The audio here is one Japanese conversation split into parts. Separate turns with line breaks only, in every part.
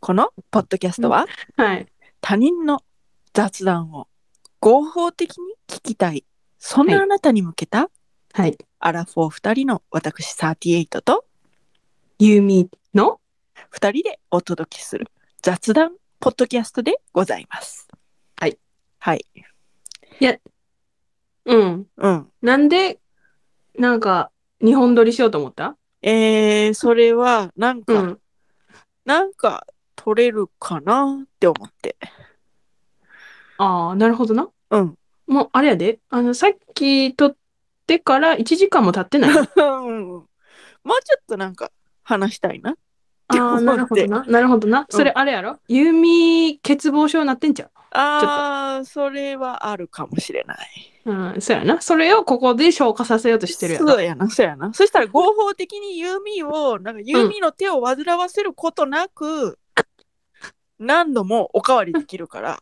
このポッドキャストは
はい。
他人の雑談を合法的に聞きたいそんなあなたに向けた、
はい。
アラフォー2人の私38と
ユーミーの
2人でお届けする雑談ポッドキャストでございます。
はい。
はい。
うん。
うん。
なんで、なんか、日本撮りしようと思った
えー、それはなんか、
うん。
なんか取れるかなって思って。
ああ、なるほどな。
うん。
もう、あれやで。あの、さっき撮ってから1時間も経 ってない。あ
うんもうちょっとなんか話したいな。
あ、なるほどな。なるほどな。それあれやろ、ユーミー欠乏症なってんちゃ
あー、それはあるかもしれない。
ううん、そうやな。それをここで消化させようとしてるやろ
そうやな、そうやな。そしたら合法的にユーミーを、なんかユーミーの手を煩わせることな く、何度もおかわりできるから、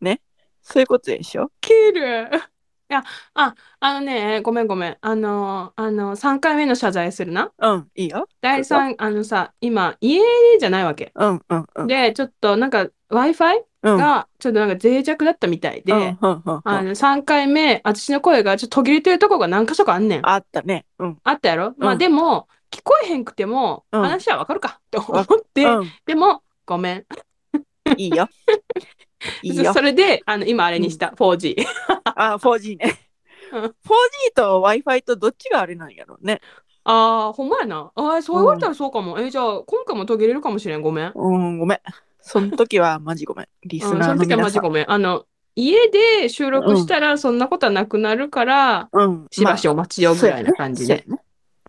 ね。そういうことでしょ
ける。いや、あ、あのね、ごめんごめん。あの、あの、3回目の謝罪するな。
うん、いいよ。
第3、あのさ、今、家じゃないわけ。
うん、うん、うん。
で、ちょっとなんか Wi-Fi
うん、
がちょっとなんか脆弱だったみたいで、
うん、うんうん
あ
うん
の3回目、私の声がちょっと途切れてるとこが何箇所かあんねん。あ
あったね。うん。
ったやろ、まあでも、聞こえへんくても、
うん
話はわかるかと思
わ
って、
うん
でも、ごめん。
い いよ。いいよ
そ。れで、あの、今あれにした、4G。
あ、4G ね。
うん
4G と Wi-Fi とどっちがあれなんやろうね。
ああ、ほんまやな。ああ、そう言われたらそうかも。えーじゃあ、今回も途切れるかもしれん。ごめん。
うん、ごめん。その時はマジごめん。リス
うん、
ナ
そ
ー
の
の
時はマ
皆
ジ
さん。
ごめん。あの、家で収録したらそんなことはなくなるから、
うん、
しばしお待ちよぐらいな感じで。
まあ。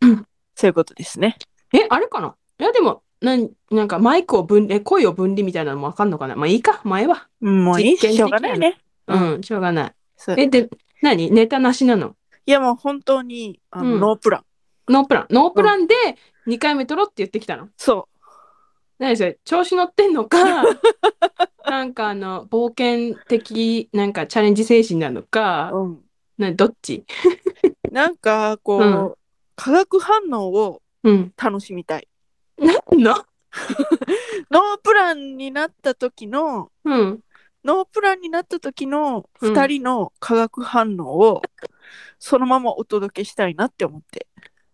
う
そ
や
う
ね
やねそういうことですね。
え、あれかないや、でも、なん、なんかマイクを分離、え声を分離みたいなのもわかんのかなまあいいか、前は。
うんもういい
実験的
しょうがないね。
うん、しょうがない。
そう
え、で、何ネタなしなの
いやもう本当にあの、
うん
ノープラン。
ノープラン。ノープランで2回目撮ろうって言ってきたの。
そ
何それ調子乗ってんの か、なんかあの、冒険的、なんかチャレンジ精神なの
う。
か、
うん、
などっち
なんかこう、
うん
化学反応を
うん。
楽しみたい。
なんの
ノープランになった時の
うん。
ノープランになった時の
うん
2人の化学反応をそのままお届けしたいなって思って。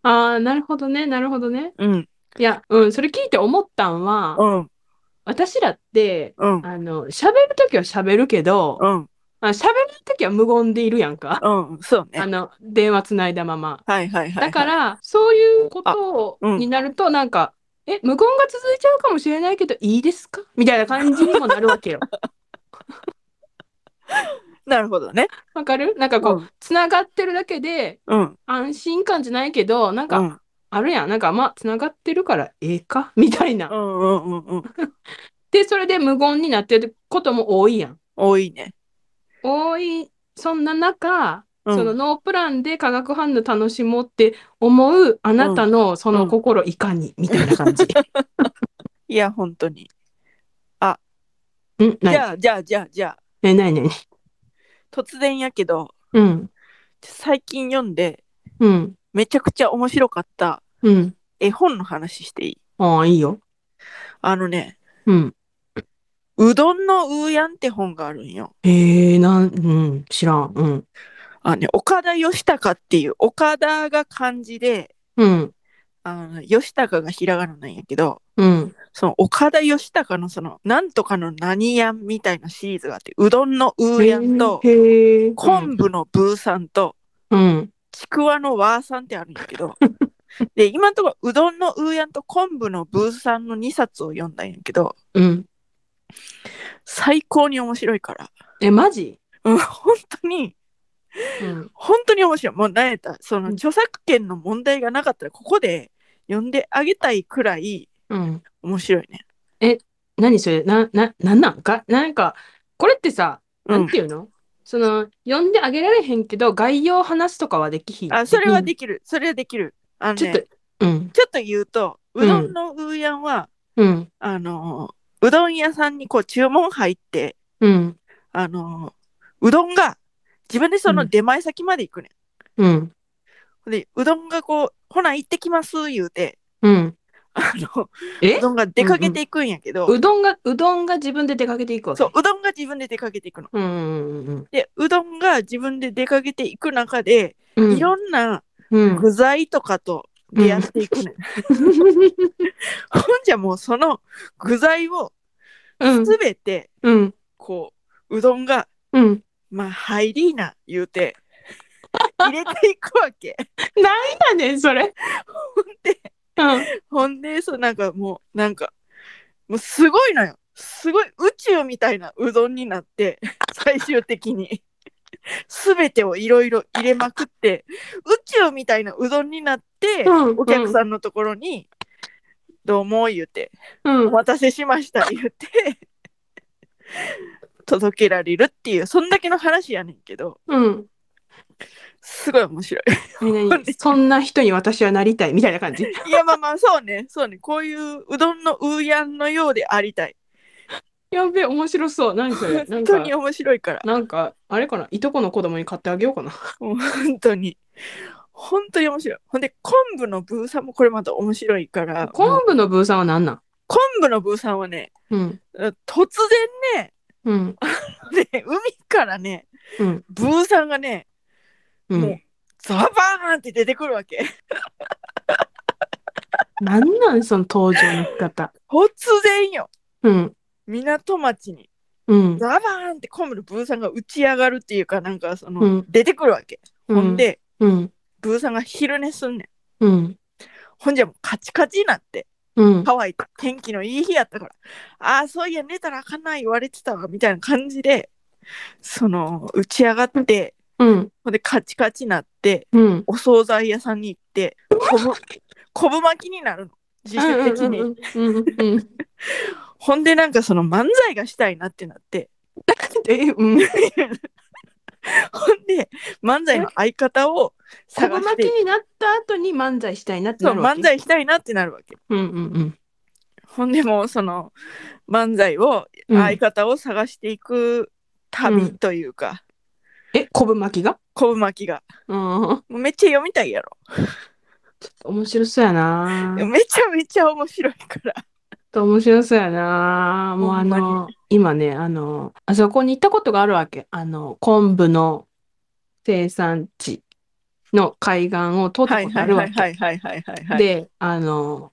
ああ、なるほどね、なるほどね。
うん、
いや、うん、それ聞いて思ったんは、
うん、
私らって、
うん、
あの、喋るときは喋るけど、
うん、
あ喋るときは無言でいるやんか。
うん、そうね。
あの、電話つないだまま。
はいはいはい、はい。
だから、そういうこと
あうん
になると、なんか、え、無言が続いちゃうかもしれないけど、いいですかみたいな感じにもなるわ けよ。
なるほどね。
わかるなんかこう、つながってるだけで、
うん、
安心感じゃないけど、なん
う
か、
ん、
あるやん。なんか、まあ、つながってるから、ええかみたいな
う。ん、うん、うん、うん。
で、それで無言になってることも多いやん。
多いね。
多い、そんな中、
うん、
そのノープランで化学反応楽しもうって思うあなたのその心いかに、みたいな感じ。
いや、本当に。
うん、
じ
なに
ゃあ、じゃあ、じゃあ、じゃあ、
え、なになに
突然やけど、
うん、
最近読んで、
うん、
めちゃくちゃ面白かった
うん。
絵本の話していい
ああ、いいよ。
あのね、
うん。
うどんのうーやんって本があるんよ。
えー、なん、うん、知らん。うん、
あのね、岡田義孝っていう、岡田が漢字で、
うん、
あの、義孝がひらがななんやけど、
うん。
その岡田義孝のその、なんとかの何やんみたいなシリーズがあって、うどんのうーやんと、
へー
昆布のブーさんと、
うん、
ちくわのわーさんってあるんだけ どで今のところうどんのうーやんと昆布のブーさんの2冊を読んだんやけど
うん。
最高に面白いから、
え、マジ
うん、本当に
うん。本
本当に面白いもう何やったその
うん
著作権の問題がなかったらここで読んであげたいくらい
うん。
面白いね
何それな、な、なんなんかなんか、これってさ、
う
なん
ん
ていうの、その、呼んであげられへんけど、概要話すとかはできひん。
あそれは
き
できるそれはできるあの、ね、
ち
ち
ょ
ょ
っ
っ
と
と、
うん、
ちょっと言うとうどんのうーやんは、
うん、
あのうどん屋さんにこう注文入って
うん、
あのうどんが自分でその出前先まで行くねん
うん、
で、うどんがこう、ほな行ってきます、言うて、
うん、
あの
え
うどんが出かけていくんやけど、
うどんが、うどんが自分で出かけていくわけ。
そううどんが自分で出かけていくの。
うんうんうん
でうどんが自分で出かけていく中で、
うん。
いろんな
うん。
具材とかと出会ってい くね、ほんじゃもうその具材を
うん。
すべて
うん。
こううどんが
うん。
まあ入りーな言うて入れていくわけ。
何やねん、それ。
ほんで
うん。
ほんでそうなんかもうなんかもうすごいのよすごい宇宙みたいなうどんになって 最終的に全てをいろいろ入れまくって宇宙みたいなうどんになって、
うん
お客さんのところに「どうも」言うて「
う
お
ん。
待たせしました」言うて 届けられるっていうそんだけの話やねんけど
うん。
すごい面白い。
何
当に
々そんな人に私はなりたいみたいな感じ。
いやまあまあそうねそうねこういううどんのうーやんのようでありたい
やべえ、面白そう。何それ。な
本
ん
当
か
に、面白いから。
なんか、あれかな。いとこの子供に買ってあげようかな。
もう本当に。本当に面白い。ほんで、昆布のブーさんもこれまた面白いから、も
昆
う
布のブーさんは何なん
昆布のブーさんはね、
うん。
突然
うん。
ね、海からね、
うん。
ブーさんがね、
う。
もうんザバーンって出てくるわけ。
何なん、その登場の仕方。
突然よ、
うん。
港町に、
うん。
ザバーンって昆布のブーさんが打ち上がるっていうか、なんかその、
うん
出てくるわけ。
う
ほん
ん。
で、
うん。
ブーさんが昼寝すんねん。
うん。
ほんじゃもうカチカチになって。
うん。
ハワイ天気のいい日やったから、ああ、そういや、寝たらあかんない言われてたわ、みたいな感じで、その、打ち上がって、
うん。
ほんで、カチカチなって、
うん。
お惣菜屋さんに行って、昆布、昆布巻きになるの。自主的に。
うんうんうんうん。
ほんで、なんかその漫才がしたいなってなって、
え、うん。
ほんで、漫才の相方を
小
探
ご
し
巻き
て、
になった後に漫才したいなって
そ
な
う、
るわけ
漫。才したいなってなるわけ。
うんうん
ほんでもうその漫才を
うん。う
相
ん、
方を探していく旅というか、
え、昆布巻きが
昆布巻きが
うん。
もうめっちゃ読みたいやろ。
面白そうやな。
めちゃめちゃ面白いから。
面白そうやな。もうあ
ほんま
の、今ね、あの、あそこに行ったことがあるわけ。あの、昆布の生産地の海岸を通った
は
こ
い
とあ
はい
るわ
は
け
い。はいはいはいはいはい。、
で、あの、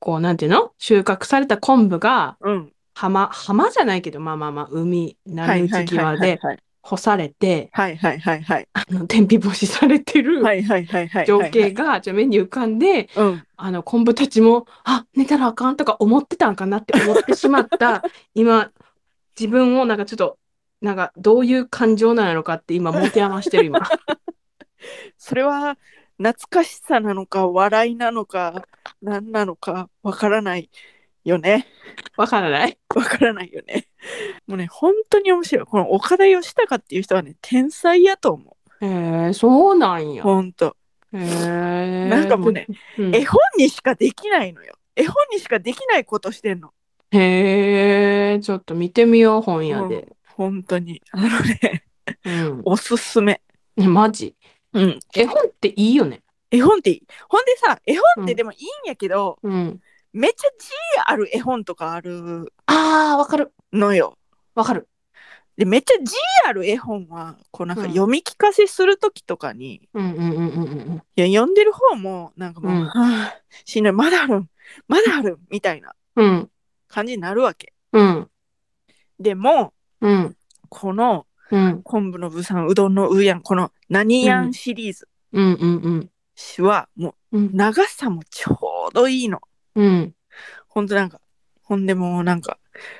こう、なんていうの収穫された昆布が、
うん。
浜、浜じゃないけど、まあまあまあ、海、波打ち際で
はい
干されて、
はいはいはいはい。
あの、天日干しされてる
はいはいはいはい。
情景。が、じゃあ目に浮かんで、
うん。
あの、昆布たちも、あ、寝たらあかんとか思ってたんかなって思ってしま った、今、自分をなんかちょっと、なんかどういう感情なのかって今、持て余してる 今。
それは懐かしさなのか笑いなのか何なのかわからないよね。
わからない
わからないよね。もうね本当に面白い。この岡田義孝っていう人はね天才やと思う。
へえ、そうなんや。
本当。
へえ。
なんかもうね
うん、
絵本にしかできないのよ。絵本にしかできないことしてんの。
へえ、ちょっと見てみよう、本屋で。
本当に。あのね
うん。
おすすめ。
えマジ。
うん。
絵本っていいよね。
絵本っていい。ほんでさ、絵本っ
う
て
ん
でもいいんやけど、
うん。
めっちゃ字ある絵本とかある
ああ、わかる。
のよ。
わかる。
で、めっちゃ字ある絵本は、こうなんか
うん
読み聞かせするときとかに、
うんうんうんうんうん
いや、読んでる方も、なんかもう、
うん
はあしんどい、まだあるん、まだあるん、みたいな
うん。
感じになるわけ。
うん。
でも、
うん。
この、
うん。
昆布のぶさん、うどんのうやん、この、何やんシリーズ
うんうんうん。
は、も
う
う、
ん。
長さもちょうどいいの。
うん。
ほんとなんか、ほんでもうなんか、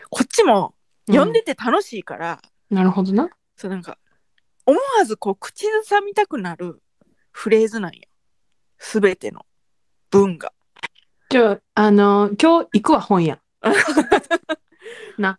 こっちも、読んでて楽しいから、
なるほどな。
そうなんか思わずこう口ずさみたくなるフレーズなんよすべての文が
じゃあ、あのー今日行くわ、本屋。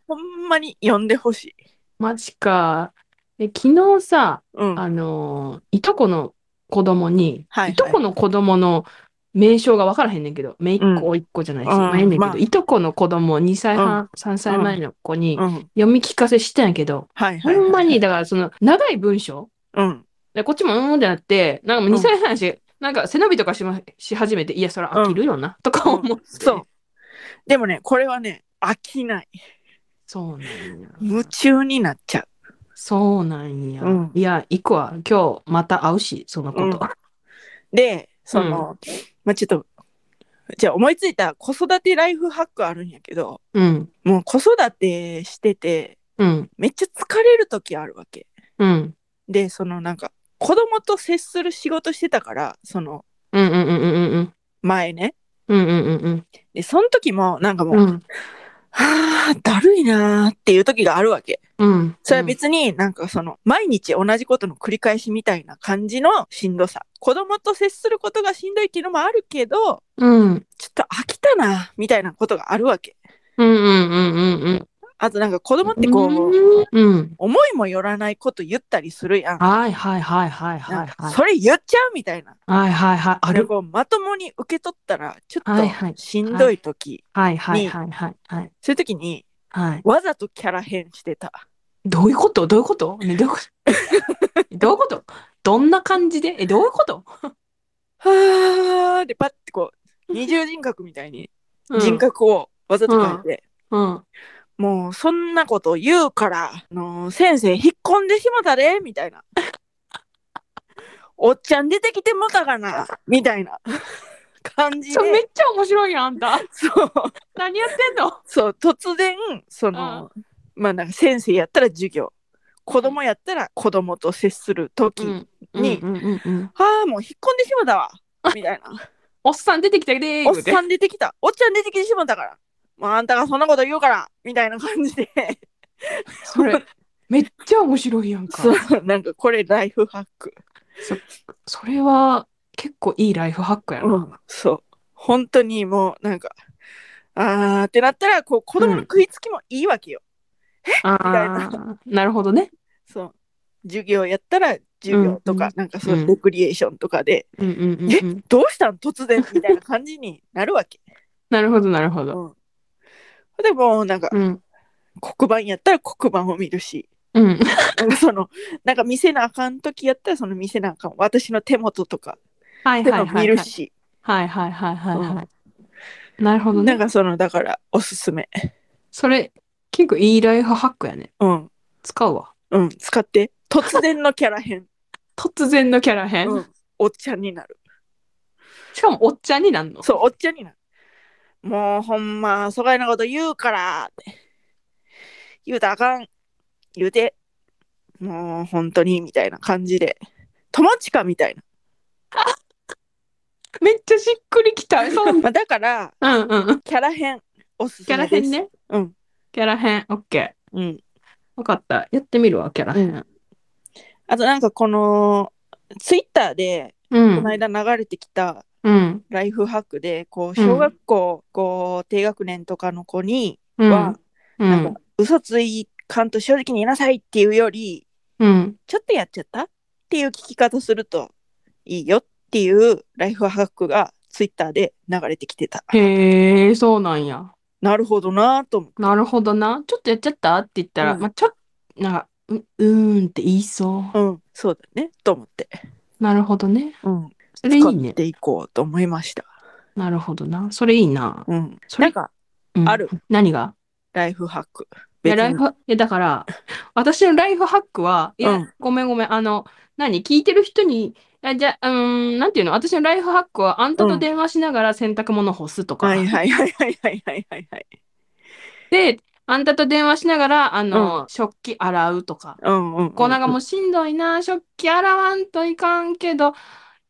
ほんまに読んでほしい
マジか。え、昨日さ、
うん
あのーいとこの子供に、
はいはい
とこの子供の名称が分からへんねんけど、めいっ
うん
子、おいっ子じゃないし、
うん
まあええねんけど、
まあ
いとこの子供、2歳半、3歳前の子に
うん
読み聞かせしてんやけど、
はいはいはい
ほんまに、だからその長い文章、
うん
でこっちもうんうんってなって、なんかもう2歳半やし、なんか背伸びとかし,、ま、し始めて、いや、それ飽きるよな、とか思って。
そう。でもね、これはね、飽きない。
そうなんや。
夢中になっちゃう。
そうなんや。
うん
いや、行くわ。今日また会うし、そのこと。
で、その、まあちょっと、じゃあ思いついた子育てライフハックあるんやけど、
うん。
もう子育てしてて、
うん。
めっちゃ疲れる時あるわけ。
うん。
で、そのなんか、子供と接する仕事してたから、その
うんうんうんうんうん。
前ね。
うんうんうんうん。
で、その時も、なんかもう、
うん。
はあ、だるいなーっていう時があるわけ。
うん。
それは別になんかその、毎日同じことの繰り返しみたいな感じのしんどさ。子供と接することがしんどいっていうのもあるけど、
うん。
ちょっと飽きたな、みたいなことがあるわけ。
うんうんうんうんうん。
あとなんか子供ってこう、
うん。うん。
思いもよらないこと言ったりするやん。
はいはいはいはいは
ないん
は
か
い。
それ言っちゃうみたいな。
はいはいはい。あ
あれ
る。
こうまともに受け取ったら、ちょ
はいは
っ
い
としんどい時、
はいはいはいはいはい。
そういう時に、
はい。
わざとキャラ変してた。
どういうことどういうことね、どういうこと どういうことどんな感じでえ、どういうこと
はーで、パッてこう、二重人格みたいに人。格をわざと変えて、
うん。うん
もうそんなこと言うから、あのー先生引っ込んでしもたで、みたいな。おっちゃん出てきてもたがな、みたいな感じ
それめっ
で、
ちゃ面白いやん、あんた。
そう、
何やってんの
そう、突然、その、まあなんか先生やったら授業、子供やったら子供と接する時、に
うんうんうんうん
ああ、もう引っ込んでしもたわ、みたいな。
おっさん出てきたでー
おっさん出てきた。おっちゃん出てきてしまったから。まあ、あんたがそんなこと言うから、みたいな感じで。
それめっちゃ面白いやん か
そう、なんかこれライフハック。
それは結構いいライフハックやな、
うん、そう。本当にもう、なんか、あーってなったら、こう、子供の食いつきもいいわけよ。
ああなるほどね
そう。授業やったら、授業とか、
うん
なんかそうの
ん
レクリエーションとかで、
うんうんうんうん
どうしたん突然みたいな感じになるわけ。
なるほどなるほど
うん。でも、なんか、
うん
黒板やったら黒板を見るし、
うん
なんかそのなんか見せなあかん時やったらその見せなあかん私の手元とか
はい
手
はい
も
は
見
い
る
はい
し
はいはいはいはいはいなるほど
な
ね
んかそのだからおすすめ
それ結構いいライフハックやね
うん
使うわ
うん使って突然のキャラ変、
突然のキャラ変、
うん、おっちゃんになる
しかもおっちゃんになんの
そうおっちゃんになるもうほんま疎外なこと言うからって言うたらあかん言うてもう本当にみたいな感じで友近みたい
めっちゃしっくりきたそう
な、
うん
まあ、だから
うん うん
キャラ変おすす
キャ
め
ラ
です
変ね
うん
キャラ変オッケー
うん
分かったやってみるわキャラ変
あとなんかこのツイッターで
う
こ
ん
の間流れてきた
うん
ライフハックでこう
うん
小学校、こう低学年とかの子に
うん
は、
うん
なんか嘘ついかんと正直に言いなさいっていうより
うん
ちょっとやっちゃったっていう聞き方するといいよっていうライフハックがツイッターで流れてきてた。
へえ、そうなんや。
なるほどなぁと思って。
なるほどな。ちょっとやっちゃったって言ったら、
うん
まあ、ちょっと、なんか、う、うーんって言いそう。
うん、そうだねと思って、
なるほどね。
うん、
それいい
使っ
ね。
ていこうと思いました。
なるほどな。それいいな。
うん、
そ
なん
れ、
か
うん
ある
何が
ライフハック。
いや、ライ
に
フ、いや、だから、私のライフハックは、いや、
うん
ごめんごめん。あの、何聞いてる人に、あじゃあ、うーん、なんていうの私のライフハックは、あんた
う
と
ん
電話しながら洗濯物干すとか。
はいはいはいはいはいはいはいはい。
で、あんたと電話しながら、あの、食器洗うとか。
うんうんうん。
こうなんかもうしんどいな、食器洗わんといかんけど、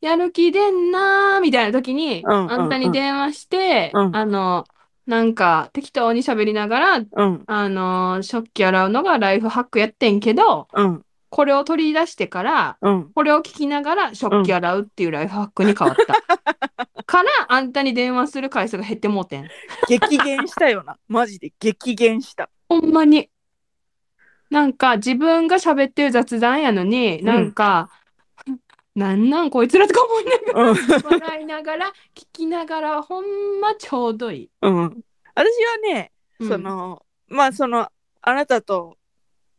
やる気出んな、みたいな時に、
うんうんうん
あんたに電話して、
うん
あの、なんか適当に喋りながら、
うん
あの、食器洗うのがライフハックやってんけど、
うん
これを取り出してから、
うん。
これを聞きながら食器洗うっていうライフハックに変わった。 から、あんたに電話する回数が減ってもうてん。
激減したよな。 マジで激減した。
ほんまに。なんか自分が喋ってる雑談やのに、
ん
なんか、なんなんこいつらとか思いながら
うん。
笑いながら聞きながらほんまちょうどいい。
うん。私はね、
うん
その、まあその、あなたと、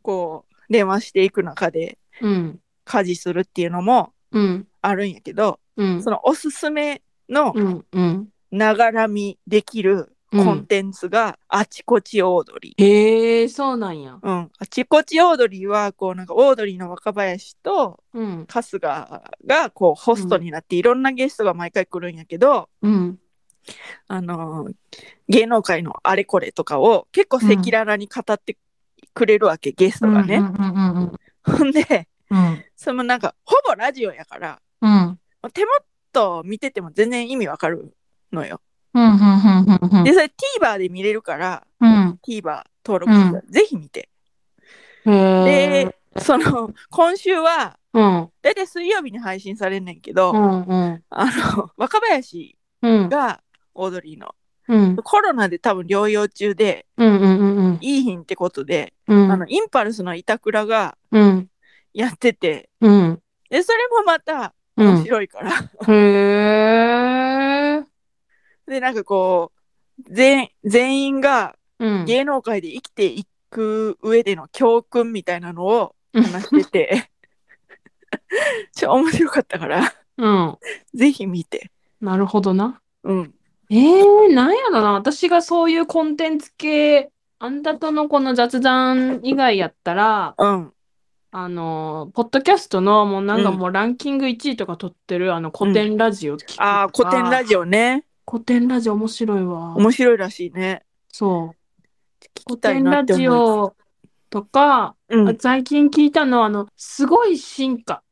こう、電話していく中で、
うん
家事するっていうのも
うん
あるんやけど、
うん
そのおすすめの
うんうん
ながらみできる
うん
コンテンツがあちこちオードリー。
へえそうなんや
うん、あちこちオードリーはこうなんかオードリーの若林と
うん
春日がこうホストになっていろんなゲストが毎回来るんやけど、
うん
あのー芸能界のあれこれとかを結構赤裸々に語ってくれるわけ、ゲストが
う
ね。
んうんうんうん
ほんで
うん
そのなんかほぼラジオやから
うん
手元見てても全然意味わかるのよ。
うんうんうんうん
でそれ TVer で見れるから
うん
TVer 登録したらぜひ見て。
へー
でその今週は
うん
大体水曜日に配信されんねんけど、
うんうん
あの若林
うん
がオードリーの
うん
コロナで多分療養中で
うんうんうん
いいひんってことで、
うん
あのインパルスの板倉が
うん
やってて
うん
でそれもまた
うん
面白いから、
へえ
でなんかこう全全員が
うん
芸能界で生きていく上での教訓みたいなのを話しててちょ面白かったから
うん
ぜひ見て
なるほどな
うん
えー、なんやろな、私がそういうコンテンツ系、あんたとのこの雑談以外やったら、
うん
あの、ポッドキャストの、もうなんか
うん
もうランキング1位とか取ってる、あの、古典ラジオ聞くと
ああ
か
古典ラジオね
古典ラジオ面白いわ。
面白いらしいね
そう。
聞きたいなって思い
古典ラジオとか、
うん
最近聞いたのは、あの、すごい進化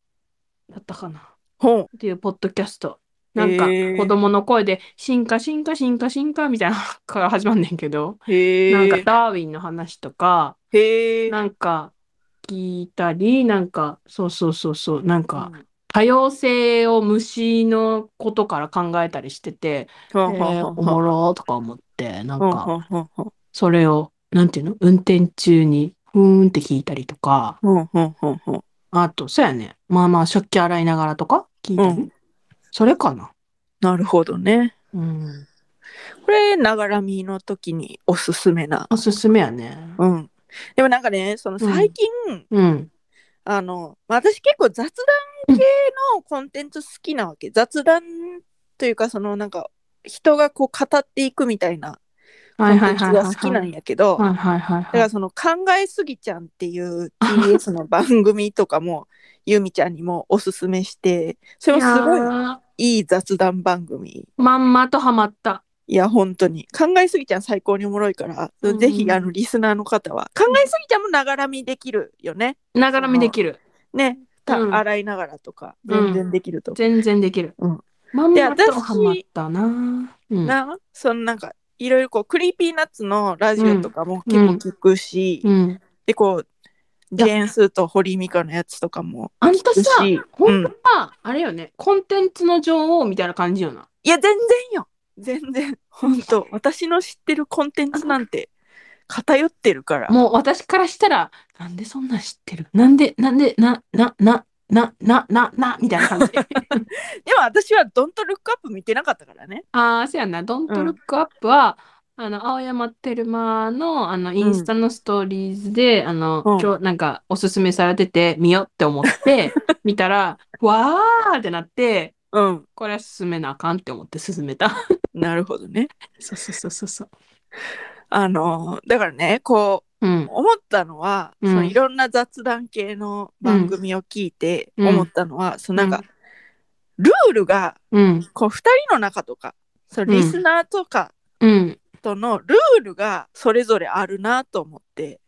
だったかな。
ほう
っていうポッドキャスト。なんか
へー
子供の声で進化進化進化進化みたいなのから始まんねんけど、
へえ
なんかダーウィンの話とか、
へえ
なんか聞いたり、なんかそうそうそうそう、なんか多様性を虫のことから考えたりしてて、
ほ
え
うほう
ー
ほう
お
ほ
も
う
ろーとか思って、なん
ほう
か
ほうほうほう
それを、なんていうの運転中にふーんって聞いたりとか、
ほうほうほうほう
あと、そうやね。まあまあ食器洗いながらとか聞いたり。
うん
それかな。
なるほどね
うん。
これながらみの時におすすめな
おすすめやね。
うんでもなんかねその最近、
うん。
あの私結構雑談系のコンテンツ好きなわけ、雑談というかそのなんか人がこう語っていくみたいなコ
はい
ンテ
はい
ンツ
はいはい
が好
はい。
きなんやけど
はいはいはい
だか
は
ら
い。
その「考えすぎちゃん」っていう TBS の番組とかもゆみちゃんにもおすすめしてそれもすごい
いやー
いい雑談番組
まんまとハマった。
いや本当に考えすぎちゃん最高におもろいから、
うん
ぜひあのリスナーの方は考えすぎちゃんもながらみできるよね
ながらみできる。
ねた
うん
洗いながらとか
うん
全然できると思う
全然できる。
うん
まん
で
ま
私
とハマったな。うん。
なそのなんかいろいろこうクリーピーナッツのラジオとかも結構聞くし、
うん。
でこう
い
ジ
や
ェーンスーと堀井美香のやつとかも
あんた
聞く
さ、
し、
ほ
うん
んとは、あれよね、コンテンツの女王みたいな感じよな。
いや全然よ全然本当私の知ってるコンテンツなんて偏ってるから
もう私からしたら、なんでそんなん知ってるなんで、なんで、な、な、な、な、な、な、な、みたいな感じ。
でも私は「ドントルックアップ」見てなかったからね
ああ、そうやな。ドント
うん
ルックアップは、あの、青山テルマの、あの、インスタのストーリーズで、あの、
うん
今日、なんか、おすすめされてて、見よって思 って、見たら、わーってなって、
うん
これは進めなあかんって思って進めた。
なるほどね
そうそうそうそうそう。
あのだからねこ
うん
う。思ったのは、
うん
そのいろんな雑談系の番組を聞いて
うん
思ったのは、そのなんか、
う
ルールが
うん。
こう2人の中とかそのリスナーとか
うん。
とのルールがそれぞれあるなと思って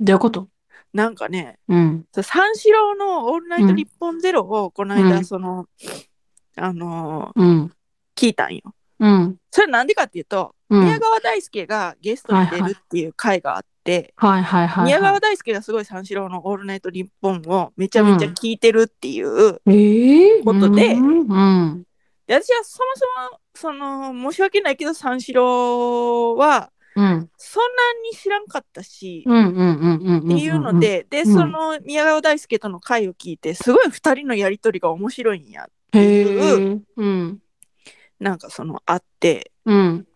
どういうこと
なんかね
うん。
そう三四郎の「オールナイトニッポンゼロをこの間、
うん
その、あの
うん。
ー聞いたんよ。
うん。
それなんでかっていうと、
うん。
宮川大輔がゲストに出るっていう回があって、
はいはいはい
宮
は
川大輔がすごい三四郎の「オールナイトニッポン」をめちゃめちゃ聞いてるっていう、
い。ええー。
ことで
うん。うん。
で私はそもそもその申し訳ないけど三四郎は
うん。
そんなに知らんかったし、
うん。うん。うん。うん。うん。
っていうので、で、
うん
その宮川大輔との回を聞いて、すごい二人のやりとりが面白いんや、
うん。
て
へ
い
え。うん。
なんかそのあって、
うん。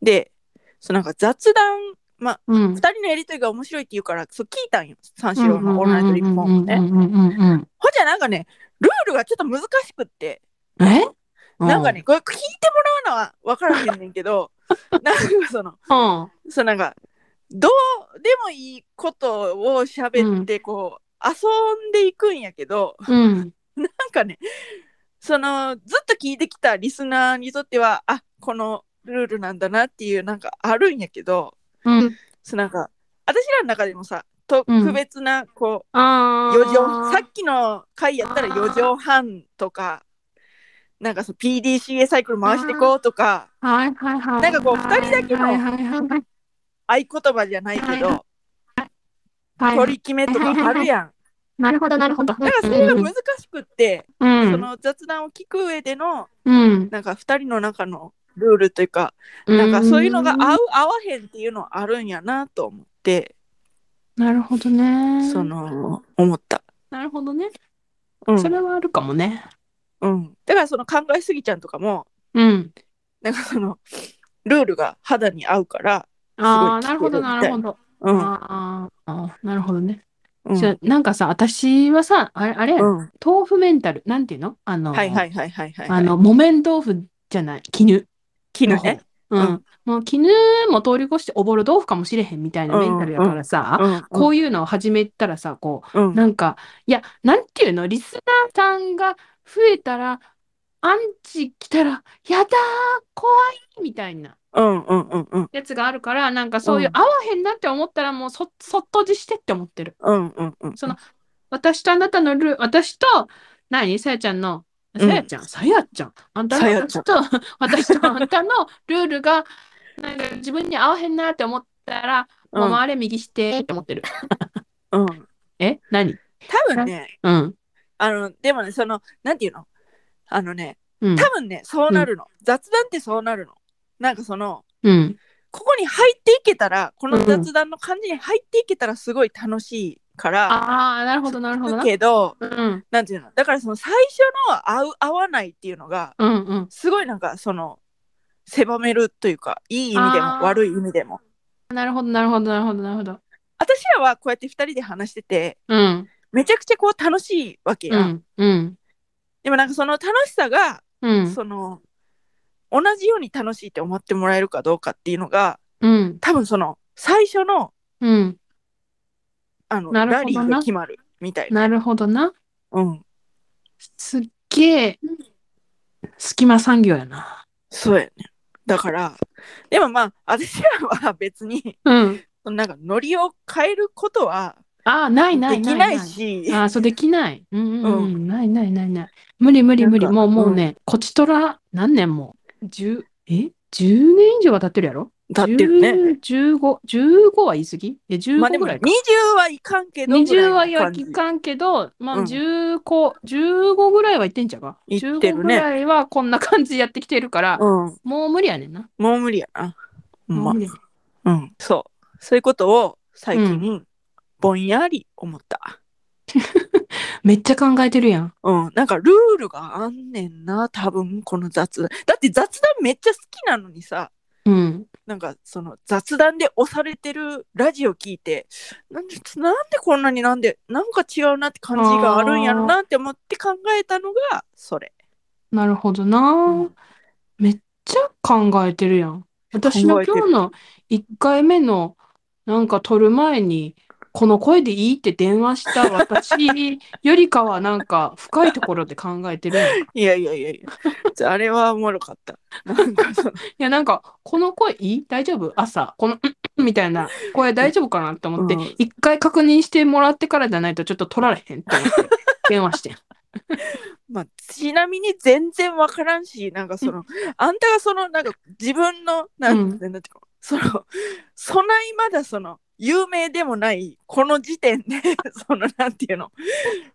で、そのなんか雑談、まあ、
うん。
二人のやりとりが面白いって言うから、そう聞いたんよ、三四郎のオールナイトリッポンをね。
うんうんうんうんうんうんうんうん
ほんじゃなんかね、ルールがちょっと難しくって、
え
なんかね、これ聞いてもらうのは分からへんねんけど、 なんかその、
うん。
そのなんか、どうでもいいことを喋って、こう、遊んでいくんやけど、
うん。
なんかね、その、ずっと聞いてきたリスナーにとっては、あ、このルールなんだなっていう、なんかあるんやけど、
うん。
そのなんか、私らの中でもさ、特別な、こう、
ああ。
4畳、さっきの回やったら4畳半とか、なんかその PDCA サイクル回していこうとか、
はいはいはい。
なんかこう二人だけの
はいはいはいはい。
合言葉じゃないけど、
はい
取り決めとかあ るやん。
なるほどなるほど。
だからそれが難しくって、
うん。
その雑談を聞く上での、
うん。
なんか2人の中のルールというか、なんかそういうのが合う、合わへんっていうのはあるんやなと思って、
なるほどね。
その、思った。
なるほどね。
うん
それはあるかもね。
うん、だからその考えすぎちゃんとかも、
うん。
なんかその、ルールが肌に合うから、
ああ、
す
なる
ご
ほ
い聞けるみたい
どなるほど。
うん。
あーあー、なるほどね。
うん
じゃあなんかさ、私はさ、あれ、あれや
う
ね、
ん、
豆腐メンタル、なんていうのあの、
はいはいはいはいはい。
あの、木綿豆腐じゃない、絹。
絹ね。
う。
うん
もう絹も通り越しておぼろ豆腐かもしれへんみたいなメンタルやからさ、
うん、
こういうのを始めたらさ、こ
うん、う
う、
ん、
なんか、いや、なんていうの、リスナーさんが増えたら、アンチ来たら、やだー、怖いみたいな
うん、うん、うん、うん、
やつがあるから、なんかそういう、
うん
合わへんなって思ったら、もうそ、そっとじしてって思ってる。
うん、うん、うん。
その、私とあなたのルー、私と、何さやちゃんの、
う
さ
ん
やちゃん、さやちゃん、あんた
さ
の
やちゃ
私
ん
と、 私とあんたのルールが、なんか自分に合わへんなって思ったら、
う、
もうん回れ右してって思ってる。
うん。
え何
多分ね、
うん。
あの、でもね、その、なんていうのあのね、
うん
多。分ね、そうなるの。雑談ってそうなるの。なんかその、
うん。
ここに入っていけたら、この
うん
雑談の感じに入っていけたらすごい楽しいから、
ああ、なるほど、なるほどな。
けど、
うん。
なんていうのだからその最初の合う合わないっていうのが、
うんうん。
すごいなんかその、狭めるというか、いい意味で
あ
も
ー
悪い意味でも。
なるほど、なるほど、なるほど、なるほど。
私らはこうやって二人で話してて、
うん。
めちゃくちゃこう楽しいわけ
う
や、ん。
ん。うん。
でもなんかその楽しさが、
うん。
その同じように楽しいって思ってもらえるかどうかっていうのが
うん。
多分その最初の
うん。
あの
なるほ
ラ
どな
リーが決まるみたいな。
なるほどな。
うん、
すっげえ、隙間産業やな。
そうやね。だからでもまあ私らは別に
うん。
そのなんかノリを変えることは
ああ、ない
で
ない
き
ない
ない
ない。
し
ああ、そうできない。うんうん、う、
うん
ないないないない。無理無理無理。
なんか
もうもう
う
ね、こちとら何年も。十え十年以上は経ってるやろ
だってるね。
十五十五は言い過ぎえ十
まあ
五
で
ぐ
も
らい
20
か。
はいかんけど
二
ぐ
十
ら
はい
の感じ
いかんけど、ま
う
あ
ん
十個十五ぐらいは行ってんちゃうか。
行
十
っ
五
てる
ぐ
ね
らいはこんな感じでやってきてるから、
うん、
もう無理やねんな。
もう無理やな。ほん
も
ま
う無理や
うん、そうそういうことを最近ぼんやり思った。
めっちゃ考えてるやん。
うん、なんかルールがあんねんな多分この雑談だって雑談めっちゃ好きなのにさ
うん。
なんかその雑談で押されてるラジオ聞いてなんでなんでこんなになんでなんか違うなって感じがあるんやろなって思って考えたのがそれ
なるほどな。
うん
めっちゃ考えてるやん。私の
考えてる
今日の1回目のなんか撮る前に、この声でいいって電話した私よりかはなんか深いところで考え てるやん。い
いやいやいやいやあれはおもろかったなんかその
やなんか、この声いい大丈夫朝。このみたいな声大丈夫かなって思って、
うん
一回確認してもらってからじゃないとちょっと撮られへんって思って電話してん。
まあ、ちなみに全然わからんしなんかそのあんたがそのなんか自分のなん,、
うん
なんていうのそのそないまだその有名でもないこの時点で そのなんていうの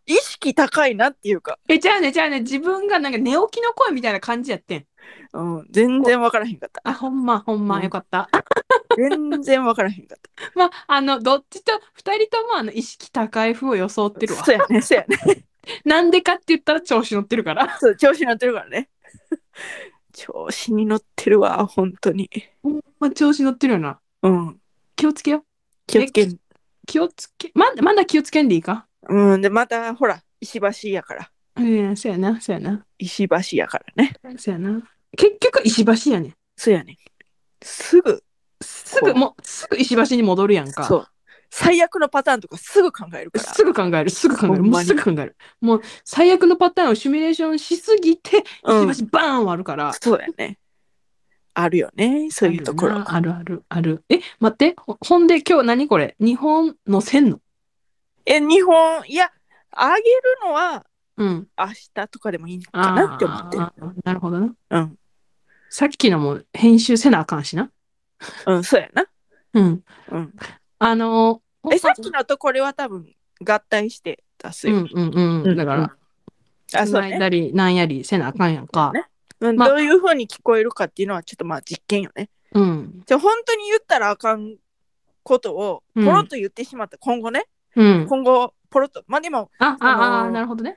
意識高いなっていうか、
え、じゃあね、じゃあね、自分がなんか寝起きの声みたいな感じやってん。
うん、全然わからへんかっ
あ、ほんま、ほん
う
ま、
ん
よかった。
た全然わからへんかっ
まあ、あの、どっちと、二人ともあの意識高い風を装ったてるわ
そ。うやねそうやね
なんでかって言ったら調子乗ってるから。
そう調子乗ってるからね調子に乗ってるわ本当に
まあ、調子乗ってるよな。
うん
気をつけよう。
気をつけん
気をつけ、まだ、まだ気をつけんでいいか
うんでまたほら石橋やから
うん、そうやな、そうやな。
石橋やからね。
そうやな。結局、石橋やねん。
そうやねん。すぐ、
すぐ、もう、すぐ石橋に戻るやんか。
そう。最悪のパターンとかすぐ考えるから。
すぐ考える、すぐ考え
ほ
る、
ん
も
ま
う
に
すぐ考える。もう、最悪のパターンをシミュレーションしすぎて、
うん
石橋バーンはあるから。
そうやね。あるよね。そういうところ。
あるなあるあるある。え、待って、ほほんで今日何これ日本のせんの
え、日本、いや、あげるのは
うん。
明日とかでもいいの
あ
かなって思ってる。
ーなるほどな。
うん。
さっきのも編集せなあかんしな。
うん、そうやな。
うん。
うん。
あのー
え、さっきのとこれは多分合体して出す
う
よ。
んうん
う
うんん。だから、
あ、そう
繋い
ね。
だりなんやりせなあかんやんか。
うん
まあ
どういうふうに聞こえるかっていうのはちょっとまあ実験よね。
うん。
じゃあ本当に言ったらあかんことをポ
うん
ロッと言ってしまった、今後ね
うん。
今後ポロッとまあでも
あ、あ、あ
あのー
ー、なるほどね。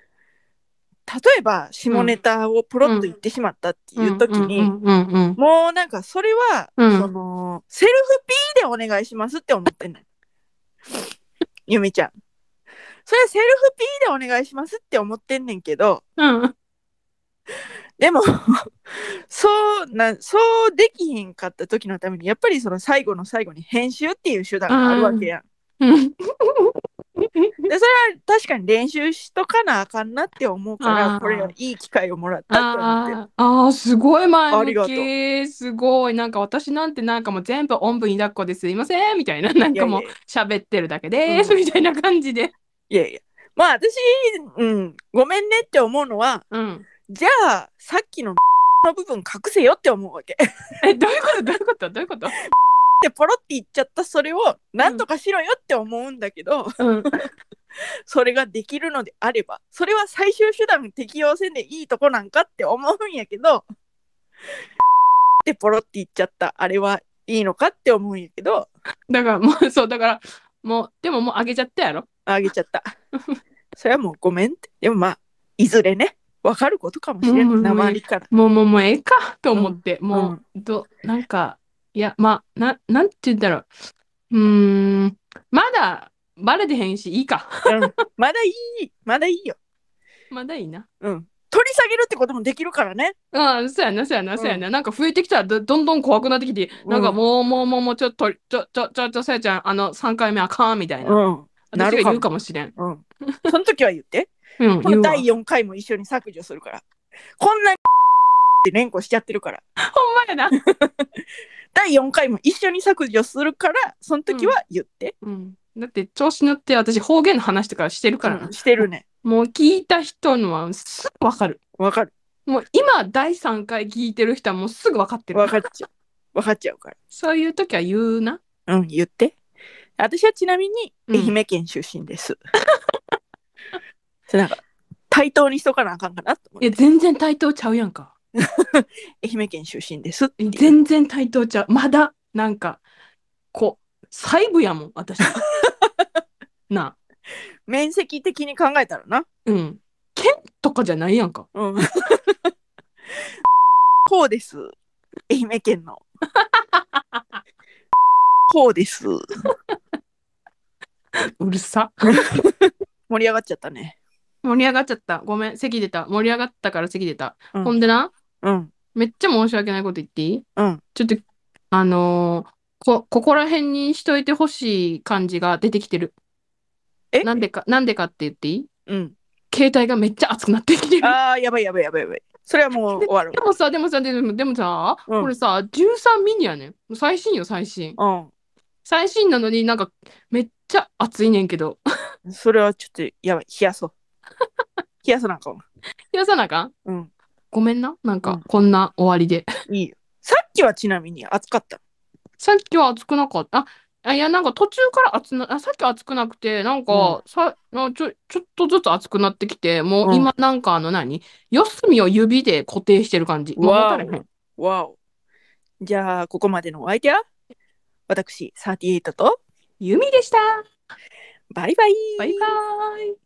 例えば下ネタをポロッと言ってしまったっていう時に、
うんうんうんうん。
もうなんかそれは、
うん
そのセルフ P でお願いしますって思ってんねんゆみちゃんそれはセルフ P でお願いしますって思ってんねんけど
うん。
でも そうなそうできひんかった時のためにやっぱりその最後の最後に編集っていう手段があるわけやん
うん。
でそれは確かに練習しとかなあかんなって思うか
あ
ら
ー
これはいい機会をもらったって思って
あーあー、すごい前
ありが
向
と
き。すごい。なんか私なんてなんかもう全部おんぶに抱っこですいませんみたいな。なんかもう
いや
喋ってるだけです みたいな感じで。
いやいやいやまあ私、うん、ごめんねって思うのは
うん。
じゃあさっきの の部分隠せよって思うわけ
え、どういうことどういうことどういうこと
でポロって言っちゃったそれをなんとかしろよって思うんだけど、
うん。
それができるのであればそれは最終手段適用せんでいいとこなんかって思うんやけど でポロって言っちゃったあれはいいのかって思うんやけど
だからもう、そう、だから、もう、でももうあげちゃったやろ。
あげちゃ った。それはもうごめんって。でもまあ、いずれね、わかることかもしれ
うんうんうん
ない。生りから。
もう、もう、もうええかと思って、も
うん
う、ど、なんか、いや、まあ、な、なんて言うんだろう。うーん、まだ、バレてへんし、い いか。
うんまだいい、まだいいよ。
まだいいな。
うん。取り下げるってこともできるからね。
うん、そうやな、そうやな、そうやな。なんか増えてきたらど、どんどん怖くなってきて、
うん
なんかもう、もう、もう、もう、ちょっと、ちょ、ちょ、ちょ、ちょ、さやちゃん、あの、3回目あかん、みたいな。
ん。な
私
る
が
かも
言うかもしれん。
うん。その時は言って。
うん、
この
言うわ。
第4回も一緒に削除するから。こんなにって連呼しちゃってるから。
ほんまやな。
第4回も一緒に削除するから、その時は言って。
うん。だって、調子乗って、私、方言の話とかしてるからな
うんしてるね。
もう聞いた人のはすぐわかる。
わかる。
もう今第3回聞いてる人はもうすぐわかってる
わ。かっちゃう。わかっちゃうか
そういう時は言うな。
ら。うん、言って。私はちなみに
うん
愛媛県出身です。 そうなんか対等にしとかなあかんかなと思っ
い
て
や全然対等ちゃうやんか。
愛媛県出身ですっていう
全然対等ちゃう。まだなんかこう細部やもん 私。なあ。
面積的に考えたらな。
うん。県とかじゃないやんか。
うん。 こうです。愛媛県の。 こうです。
うるさ。
盛り上がっちゃったね。
盛り上がっちゃった。ごめん。席出た。盛り上がったから席出た。
うん
ほんでな、
うん。
めっちゃ申し訳ないこと言っていい
うん。
ちょっと、あのーこ、ここら辺にしといてほしい感じが出てきてる。
え
なんでか、なんでかって言っていい
うん。
携帯がめっちゃ熱くなってきてる。
ああ、やばいやばいやばいやばい。それは もう終わる
で。もさ、でもさ、でもでもさ、
うん
これさ、13ミニやねん。もう最新よ、最新。
う
最新なのになんか、めっちゃ熱いねんけど。
ん。それはちょっとやばい。冷やそう。 冷やさなあかんわ。
冷やさなあかん
うん。
ごめんな。なん
うん
か、こんな終わりで。
いいよ。さっきはちなみに暑かった。
さっきは熱くなかった。あ、いや、なんか途中から熱な、あ、さっきは熱くなくて、なんか、さ、なちょ、ちょっとずつ熱くなってきて、も
うん
う今なんかあの何、四隅を指で固定してる感じ。もう持
わ
た
お
れへん。
わお。じゃあ、ここまでのお相手は私、38と、
弓でした。
バイバイ。
バイバーイ。